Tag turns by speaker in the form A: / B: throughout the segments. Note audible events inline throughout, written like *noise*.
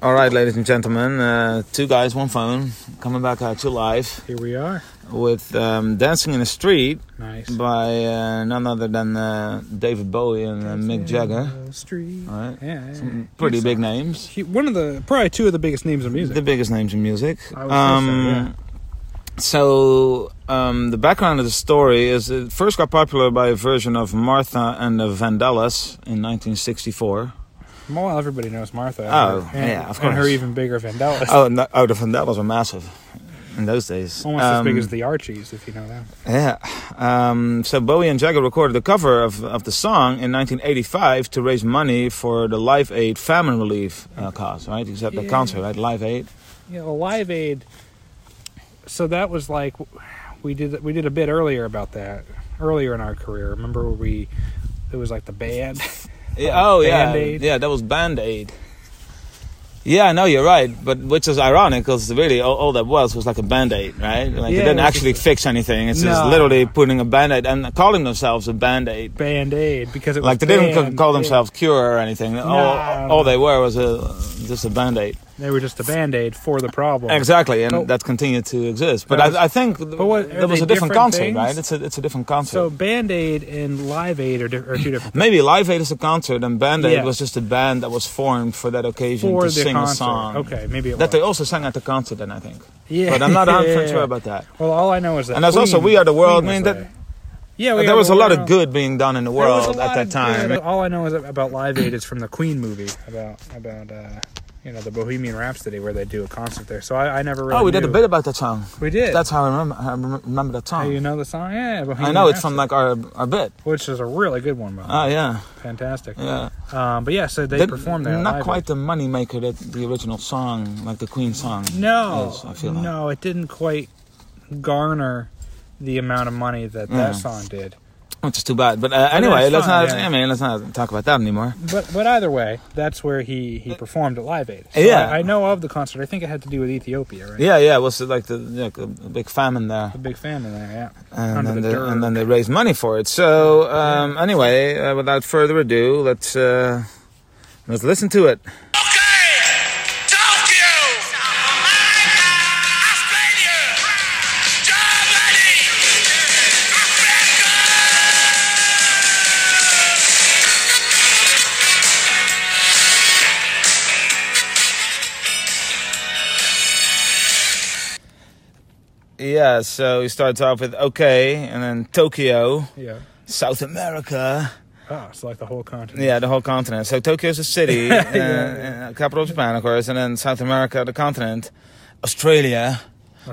A: All right, ladies and gentlemen, uh, two guys, one phone, coming back at you live
B: Here we are.
A: with um, "Dancing in the Street"
B: Nice.
A: by uh, none other than uh, David Bowie and uh, Mick Jagger.
B: Down the Street.
A: All right,
B: Yeah, yeah.
A: some pretty big names,
B: He, one of the probably two of the biggest names in music.
A: the biggest names in music. Um,
B: I would say
A: so, um, the background of the story is it first got popular by a version of Martha and the Vandellas in 1964.
B: Well, everybody knows Martha.
A: Oh,
B: and,
A: yeah, of
B: And her
A: course.
B: even bigger Vandellas.
A: Oh, no, oh, the Vandellas were massive in those days.
B: *laughs* Almost as big
A: Um,
B: as the Archies, if you know that.
A: Yeah. Um, so Bowie and Jagger recorded the cover of, of the song in 1985 to raise money for the Live Aid famine relief uh, cause, right? Except the
B: Yeah.
A: concert, right? Live Aid.
B: Yeah, well, Live Aid. So that was like we did we did a bit earlier about that earlier in our career. Remember where we it was like the band. *laughs*
A: Yeah, oh, yeah.
B: Band-Aid.
A: Yeah, that was Band Aid. Yeah, no, you're right. But which is ironic because really all, all that was was like a band aid, right? Like
B: Yeah,
A: it
B: it
A: didn't
B: was
A: actually
B: just
A: fix anything. It's just
B: No.
A: literally putting a band aid and calling themselves a band aid.
B: Band Aid because it was
A: Like they didn't ca-
B: Band
A: call
B: Aid.
A: themselves Cure or anything. All,
B: No.
A: all they were was a, just a band aid.
B: They were just a band aid for the problem.
A: Exactly, and
B: But-
A: that's continued to exist. But
B: That was-
A: I, I think th-
B: what- are
A: there was
B: they
A: a different
B: different
A: concert,
B: things?
A: right? It's a it's a different concert.
B: So Band Aid and Live Aid are, di- are two different.
A: Maybe Live Aid is a concert, and Band Aid
B: Yeah.
A: was just a band that was formed for that occasion
B: For
A: to
B: the
A: sing a
B: concert.
A: song.
B: Okay, maybe it
A: That they
B: was.
A: also sang at the concert, then I think.
B: *laughs* Yeah,
A: But I'm not 100%
B: Yeah.
A: sure about that.
B: Well, all I know is that.
A: And there's also
B: Queen-
A: We Are the World.
B: Queen
A: I mean,
B: was
A: that-
B: there. yeah, We Are
A: there was
B: the
A: a lot of
B: World.
A: good being done in the
B: There was a
A: world at
B: lot
A: that
B: of
A: time.
B: good. All I know is about Live Aid is from the Queen movie about about uh, you know the Bohemian Rhapsody where they do a concert there. So I, I never really.
A: Oh, we did a
B: knew.
A: bit about that song.
B: We did.
A: That's how I remember, I rem- remember that
B: How
A: song.
B: you know the song? Yeah, Bohemian
A: I know it's from
B: Rhapsody,
A: like our our bit.
B: which is a really good one, but
A: Oh yeah,
B: fantastic.
A: yeah.
B: Um, but yeah, so they
A: Did-
B: performed there. at
A: Not
B: Live
A: quite
B: Aid.
A: the moneymaker that the original song, like the Queen song.
B: No,
A: is, I feel like.
B: no, it didn't quite garner the amount of money that
A: Yeah.
B: that song did.
A: Which is too bad. But uh, anyway,
B: it's
A: let's
B: fine,
A: not.
B: yeah.
A: I mean, let's not talk about that anymore.
B: But but either way, that's where he he performed at Live Aid. So
A: Yeah.
B: I, I know of the concert. I think it had to do with Ethiopia, right?
A: Yeah, yeah. It was like the like a big famine there,
B: The big family there, yeah.
A: and
B: Under
A: then
B: the
A: they, and
B: dirt.
A: then they raised money for it. So um, anyway, uh, without further ado, let's uh, let's listen to it. Yeah. So he starts off with okay, and then Tokyo,
B: Yeah.
A: South America.
B: Oh, it's like the whole continent.
A: Yeah, the whole continent. So Tokyo's a
B: *laughs*
A: city, uh, uh, capital of Japan, of course, and then South America, the continent, Australia,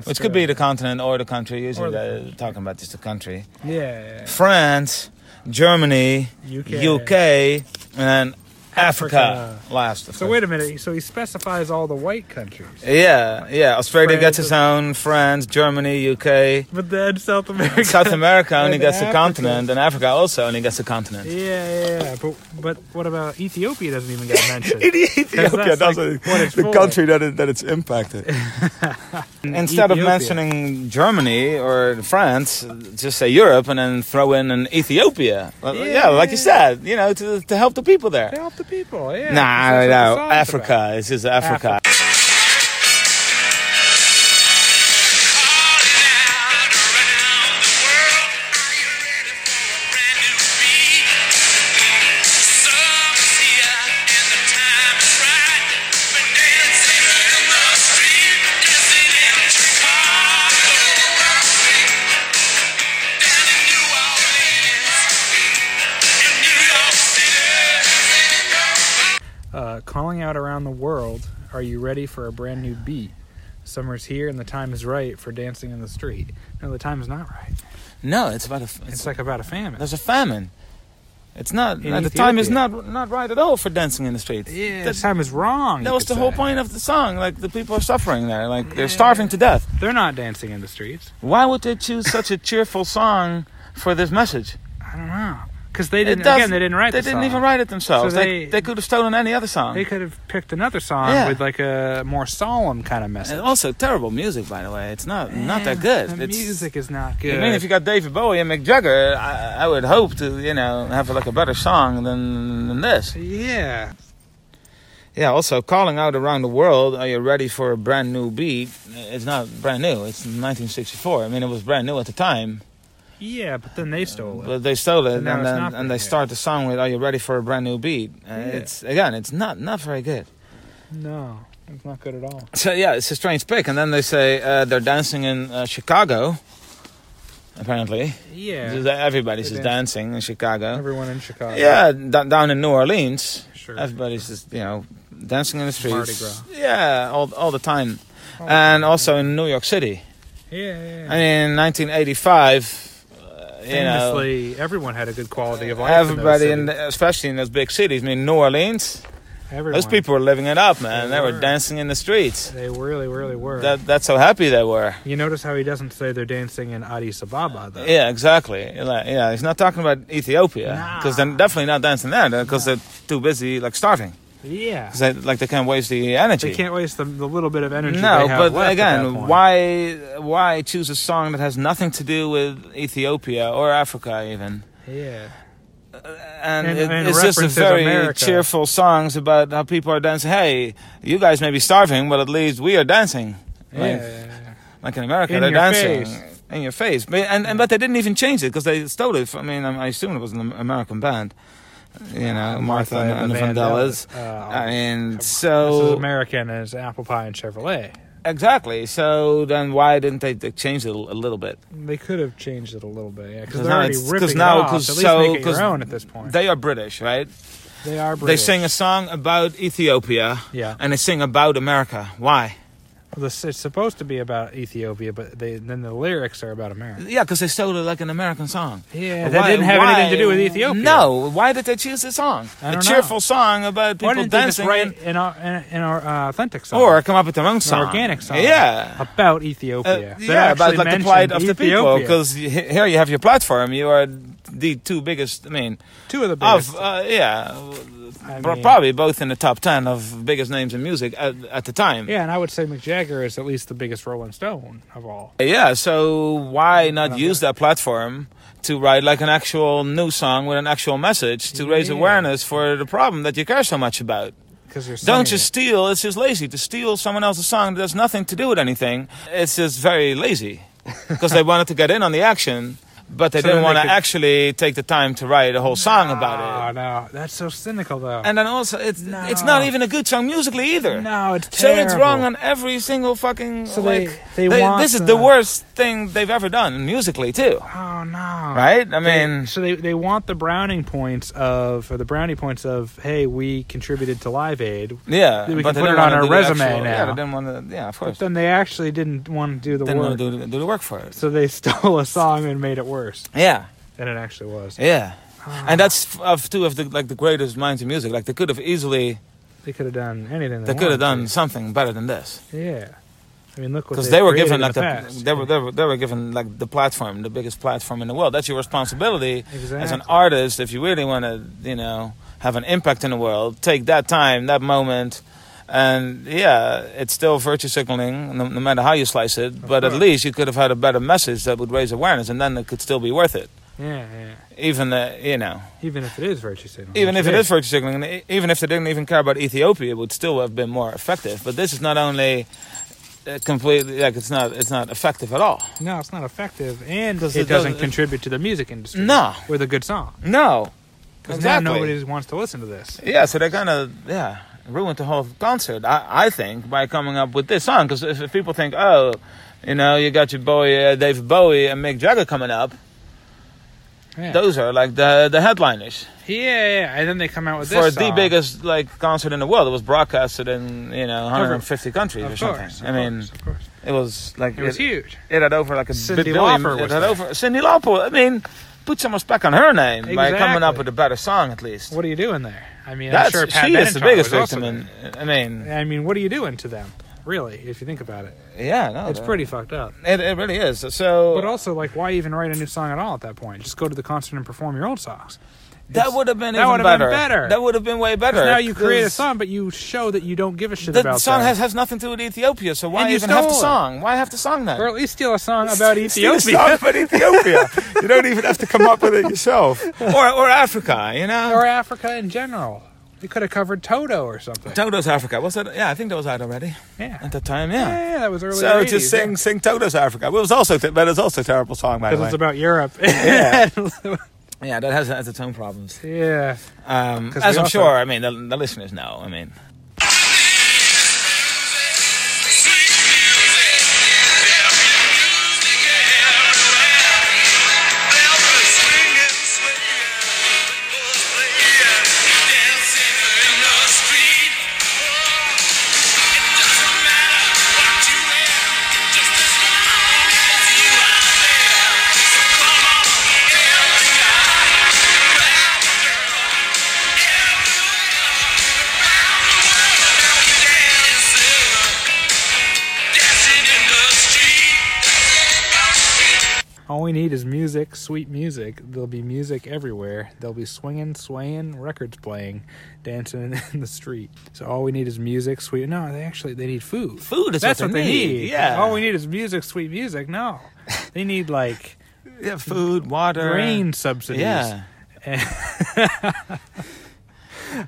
A: which could be the continent or the country. Usually,
B: Or the
A: they're talking about just the country.
B: Yeah.
A: France, Germany,
B: UK.
A: UK, and then Africa,
B: Africa.
A: last. Of
B: So wait a minute. So he specifies all the white countries,
A: Yeah, yeah. Australia gets
B: France
A: its own. France, Germany, UK.
B: but then
A: *laughs*
B: South America.
A: South America only
B: And
A: gets a
B: Africa.
A: continent, and Africa also only gets a
B: yeah,
A: continent.
B: yeah, yeah. But but what about Ethiopia? Doesn't even get mentioned.
A: Ethiopia
B: that's like what it's for.
A: that, it, that it's impacted. *laughs* Instead of
B: Ethiopia.
A: mentioning Germany or France, just say Europe and then throw in an Ethiopia. Well, Yeah,
B: Yeah.
A: like you said, you know, to, to help the people there.
B: They help the people. Yeah.
A: Nah,
B: That's what the
A: no,
B: song's
A: Africa.
B: about.
A: It's just Africa.
B: Uh, calling out around the world. Are you ready for a brand new beat? Summer's here and the time is right for dancing in the street. No, the time is not right.
A: No, it's about a. f-
B: It's
A: It's,
B: like about a famine.
A: there's a famine. It's not.
B: In
A: uh, the time is
B: Ethiopia.
A: not not right at all for dancing in the streets.
B: Yeah,
A: That-
B: the time is wrong.
A: that
B: you
A: was
B: could
A: the whole
B: say.
A: point of the song. Like the people are suffering there. Like they're
B: Yeah.
A: starving to death.
B: They're not dancing in the streets.
A: Why would they choose such a cheerful song for this message?
B: I don't know because they
A: It
B: didn't.
A: does-
B: Again, they didn't write.
A: They
B: the
A: didn't
B: song.
A: even write it themselves.
B: So
A: they, they
B: they-
A: could have stolen any other song.
B: They could have picked another song
A: Yeah.
B: with like a more solemn kind of message.
A: And also terrible music, by the way. It's not not that
B: Yeah,
A: good.
B: The
A: it's,
B: music is not
A: I
B: good.
A: mean, if you got David Bowie and Mick Jagger, I, I would hope to you know have like a better song than than this.
B: yeah.
A: Yeah, also calling out around the world, are you ready for a brand new beat? It's not brand new, it's 1964. I mean, it was brand new at the time,
B: Yeah, but then they stole it.
A: but they stole it
B: And now
A: and
B: it's
A: then,
B: not
A: and
B: brand
A: they
B: new.
A: start the song with, are you ready for a brand new beat? Uh,
B: Yeah.
A: It's Again, it's not, not very good.
B: No, it's not good at all.
A: So yeah, it's a strange pick. And then they say uh, they're dancing in uh, Chicago, apparently.
B: Yeah.
A: Everybody's
B: They're
A: just dancing in Chicago.
B: Everyone in Chicago.
A: Yeah, d- down in New Orleans.
B: Sure.
A: Everybody's just you know dancing in the streets.
B: Mardi Gras.
A: Yeah, all all the time,
B: Oh,
A: and also in New York City.
B: yeah, yeah, yeah.
A: I mean, in 1985, uh, you know,
B: famously, everyone had a good quality of life.
A: everybody in,
B: in, those cities.
A: the, especially in those big cities. I mean, New Orleans.
B: everyone.
A: Those people were living it up, man.
B: They
A: They were
B: were.
A: dancing in the streets.
B: They really, really were.
A: That that's how happy they were.
B: you notice how he doesn't say they're dancing in Addis Ababa, though.
A: Yeah, exactly. Like, yeah, he's not talking about Ethiopia because
B: Nah.
A: they're definitely not dancing there because they're too busy like starving.
B: Yeah.
A: 'Cause they, like they can't waste the energy.
B: They can't waste the, the little bit of energy.
A: No,
B: they have left
A: but
B: at that
A: again,
B: point.
A: why why choose a song that has nothing to do with Ethiopia or Africa even?
B: Yeah.
A: And,
B: And-
A: it,
B: and
A: it's just a
B: references
A: very
B: America.
A: cheerful songs about how people are dancing. Hey, you guys may be starving, but at least we are dancing.
B: Yeah.
A: Like, like in America,
B: In
A: they're
B: your
A: dancing
B: face.
A: in your face. But and, and but they didn't even change it because they stole it. From, I mean, I assume it was an American band. You know, Martha, and the Vandellas. I
B: Uh,
A: mean,
B: this is
A: so
B: American as apple pie and Chevrolet.
A: exactly. So then, why didn't they they change it a little bit?
B: They could have changed it a little bit, yeah,
A: 'Cause
B: because they're
A: now
B: already
A: it's- 'cause
B: ripping it
A: now-
B: off.
A: 'cause
B: At least
A: so-
B: make it
A: 'cause
B: your own at this point. They,
A: They are British, right?
B: are
A: They
B: British.
A: sing a song about Ethiopia
B: Yeah,
A: and they sing about America. Why?
B: This- it's supposed to be about Ethiopia, but they, then the lyrics are about America.
A: Yeah, because they stole it like an American song.
B: Yeah,
A: Why-
B: that didn't have
A: why-
B: anything to do with Ethiopia.
A: No, why did they choose this song?
B: I
A: a
B: don't know.
A: cheerful song about
B: why
A: people
B: didn't they just
A: dancing,
B: write in our in, in our uh, authentic song
A: or come up with their own
B: an
A: song,
B: organic song?
A: Yeah,
B: about
A: Uh,
B: Ethiopia. that
A: yeah, about
B: actually
A: like the plight
B: mentioned
A: of the people.
B: Ethiopia.
A: Because here you have your platform. You are the two biggest. I mean,
B: two of the biggest.
A: of uh, yeah,
B: I
A: pro-
B: mean-
A: probably both in the top ten of biggest names in music at, at the time.
B: Yeah, and I would say Mick Jagger is at least the biggest Rolling Stone of all.
A: Yeah, so why not
B: Not
A: use that platform to write like an actual new song with an actual message to raise
B: Yeah.
A: awareness for the problem that you care so much about?
B: Because you're
A: Don't
B: singing
A: just steal, it's just lazy. To steal someone else's song that has nothing to do with anything, it's just very
B: *laughs*
A: lazy. Because they wanted to get in on the action, but they
B: So then
A: didn't
B: they
A: want to
B: could-
A: actually take the time to write a whole song
B: it.
A: about
B: Oh,
A: it.
B: no, that's so cynical though.
A: And then also, it's, it's not
B: No.
A: even a good song musically either.
B: no, it's
A: So
B: terrible.
A: it's wrong on every single fucking.
B: So they-
A: like,
B: they want
A: this is the
B: the-
A: worst thing they've ever done musically too,
B: Oh no.
A: right? I
B: They-
A: mean,
B: so they, they want the browning points of or the brownie points of hey we contributed to Live Aid,
A: yeah,
B: We
A: but they
B: can put
A: didn't
B: it on
A: wanna
B: our
A: do the
B: resume
A: actual- Yeah,
B: now.
A: they didn't want to. Yeah, of
B: but
A: course,
B: then they actually didn't want to do the
A: didn't
B: work,
A: want to do, the- do the work for it.
B: so they *laughs* stole a song and made it worse
A: Yeah,
B: than it actually was.
A: yeah,
B: Ah.
A: and that's f- of two of the like the greatest minds in music. Like they could have easily,
B: They could have done anything. They,
A: they could have done
B: wanted
A: something better than this
B: to. Yeah, I mean look what
A: because they were given
B: created in
A: like
B: the,
A: the,
B: past.
A: they were they were they were given like the platform, the biggest platform in the world. That's your responsibility.
B: exactly.
A: as an artist, if you really want to, you know, have an impact in the world, take that time, that moment, and yeah, it's still virtue signaling, no, no matter how you slice it. but at
B: course.
A: least you could have had a better message that would raise awareness, and then it could still be worth it.
B: yeah, yeah.
A: Even uh, you know,
B: Even if it is virtue signaling.
A: even
B: which
A: if it is virtue signaling, and e- even if they didn't even care about Ethiopia, it would still have been more effective. But this is not only uh, completely like it's not it's not effective at all.
B: no, it's not effective, and it,
A: 'Cause it
B: doesn't
A: doesn't-
B: contribute to the music industry.
A: No.
B: with a good song,
A: No,
B: because
A: Exactly.
B: now nobody wants to listen to this.
A: Yeah, so they kind of yeah ruined the whole concert. I I think by coming up with this song because if, if people think oh, you know you got your boy uh, David Bowie and Mick Jagger coming up,
B: Yeah.
A: those are like the the headliners
B: Yeah, yeah, yeah, and then they come out with
A: for
B: this
A: the
B: song.
A: biggest like concert in the world. It was broadcasted in you know 150 countries
B: of
A: or
B: course,
A: something.
B: of
A: I mean
B: course, of course.
A: it was like
B: it was huge.
A: it had over like a
B: Cyndi
A: bit billion.
B: Lauper
A: it
B: was
A: had
B: there.
A: over Cindy Lauper. I mean. Put some respect on her name by coming up
B: Exactly.
A: with a better song, at least.
B: What are you doing there? I mean,
A: That's
B: I'm sure Pat
A: she is the
B: Benatar
A: biggest
B: was also
A: victim. In, I mean,
B: there. I mean, what are you doing to them, really? If you think about it,
A: yeah, no,
B: it's
A: that-
B: pretty fucked up.
A: It, it really is. So
B: But also, like, why even write a new song at all at that point? Just go to the concert and perform your old songs.
A: that would have been
B: that
A: even
B: would have
A: better.
B: been better.
A: That would have been way better.
B: 'Cause now you create a
A: 'Cause
B: song, but you show that you don't give a shit
A: The
B: about
A: song
B: them.
A: has, has nothing to do with Ethiopia, so why
B: And you
A: even have the
B: stole it.
A: song? Why have the song then?
B: or at least steal a song about
A: Steal a
B: Ethiopia *laughs*
A: song about Ethiopia.
B: *laughs*
A: you don't even have to come up with it yourself, or or Africa. You know,
B: or Africa in general. You could have covered Toto or
A: *laughs*
B: something.
A: Toto's Africa. Was that? Yeah, I think that was out already
B: yeah.
A: at that time.
B: yeah,
A: Yeah.
B: yeah, that was early.
A: So
B: 80s,
A: just sing,
B: yeah.
A: sing Toto's Africa. It was also, t- but it's also a terrible song by the
B: because
A: way.
B: it's about Europe. *laughs*
A: Yeah. yeah, that has, has its own problems.
B: yeah.
A: Um,
B: 'Cause
A: as
B: we
A: I'm
B: also-
A: sure, I mean, the, the listeners know. I mean,
B: All we need is music, sweet music. There'll be music everywhere. There'll be swinging, swaying, records playing, dancing in *laughs* the street. So all we need is music, sweet. No, they actually they need food.
A: Food is
B: That's
A: what they need, yeah.
B: All we need is music, sweet music. No, they
A: *laughs*
B: need like
A: yeah, food, water,
B: grain subsidies.
A: Yeah.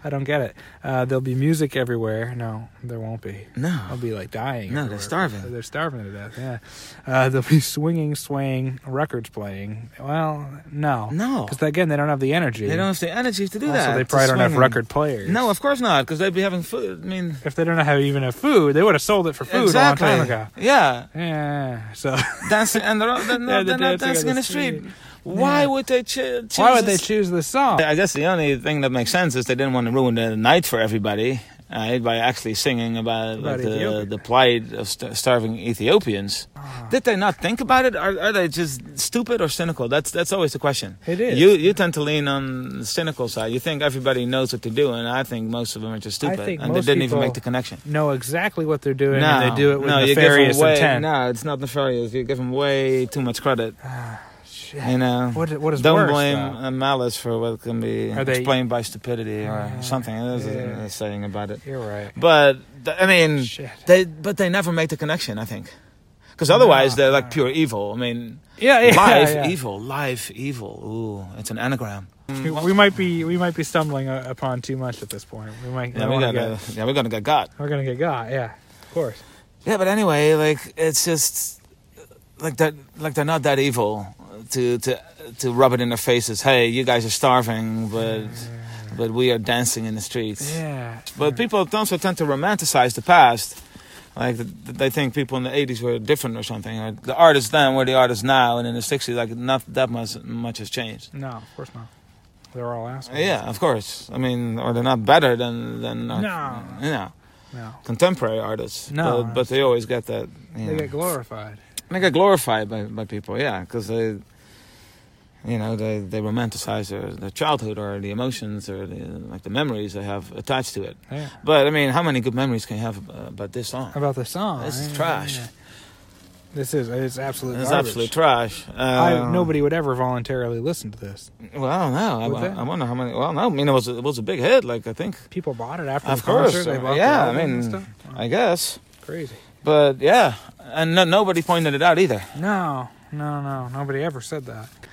B: I don't get it. Uh, there'll be music everywhere. No, there won't be.
A: No.
B: I'll be like dying.
A: No, they're
B: everywhere.
A: starving.
B: They're starving to death. Yeah, uh, they'll be swinging, swaying, records playing. Well, no,
A: No.
B: because again, they don't have the energy.
A: They don't have the energy to do
B: Also,
A: that.
B: they
A: to
B: probably don't have
A: swing.
B: record players.
A: No, of course not, because they'd be having food. I mean,
B: if they don't have even have food, they would have sold it for food
A: exactly.
B: a long time ago.
A: Yeah,
B: Yeah. So *laughs*
A: dancing and they're, they're, not-
B: Yeah, they're
A: they're not
B: dancing on
A: dancing
B: the
A: in the street.
B: street.
A: Why
B: Yeah.
A: would they cho- choose?
B: why would they
A: this-
B: choose this song?
A: I guess the only thing that makes sense is they didn't want to ruin the night for everybody right, by actually singing about, like,
B: About
A: the,
B: Ethiopia.
A: the plight of st- starving Ethiopians.
B: Ah.
A: Did they not think about it? Are, are they just stupid or cynical? That's that's always the question.
B: It is.
A: You you tend to lean on the cynical side. You think everybody knows what to do, and I think most of them are just
B: I
A: stupid,
B: think
A: and they
B: most
A: didn't
B: people-
A: even make the connection.
B: Know exactly what they're doing, and they do it with
A: no, you give 'em
B: nefarious
A: way,
B: intent.
A: No, it's not nefarious. You give them way too much credit.
B: Ah, Shit.
A: You know,
B: What, what is
A: don't
B: worse,
A: blame
B: though?
A: uh, malice for what can be
B: Are they-
A: explained by stupidity or
B: Yeah,
A: something. There's
B: yeah.
A: a, a saying about it.
B: You're right.
A: But th- I mean,
B: Shit.
A: they but they never make the connection. I think because otherwise
B: No,
A: they're like
B: no.
A: pure evil. I mean,
B: Yeah, yeah,
A: life
B: yeah.
A: evil, life evil. Ooh, it's an anagram.
B: We, we might be we might be stumbling uh, upon too much at this point. We might.
A: Yeah,
B: we
A: we
B: wanna
A: gotta,
B: get-
A: yeah, we're gonna get God.
B: we're gonna get got. Yeah, of course.
A: Yeah, but anyway, like it's just like that. Like they're not that evil to to to rub it in their faces. Hey, you guys are starving, but but we are dancing in the streets.
B: Yeah.
A: But people also tend to romanticize the past. Like th- they think people in the '80s were different or something. Or the artists then were the artists now, and in the '60s, like not that much much has changed.
B: No, of course not. They're all assholes.
A: Yeah, of course. I mean, or they're not better than than our,
B: No.
A: you know,
B: No.
A: contemporary artists.
B: No.
A: but, but they always get that. You
B: They
A: know.
B: get glorified.
A: they get glorified by, by people, yeah, because they, you know, they, they romanticize their, their childhood or the emotions or the, like the memories they have attached to it.
B: Yeah.
A: But I mean, how many good memories can you have uh, about this song?
B: About the song.
A: This is
B: yeah,
A: trash.
B: yeah. This is it's absolute.
A: It's
B: garbage.
A: absolute trash. Uh,
B: I, nobody would ever voluntarily listen to this.
A: Well, no,
B: Would
A: I,
B: they?
A: I wonder how many. Well, no, I mean, it was it was a big hit. Like I think,
B: People bought it after
A: Of
B: the concert.
A: course,
B: They
A: uh,
B: bought the
A: yeah, I
B: album and
A: mean,
B: stuff. Oh,
A: I guess.
B: crazy.
A: But yeah, and no, nobody pointed it out either.
B: No, no, no. Nobody ever said that.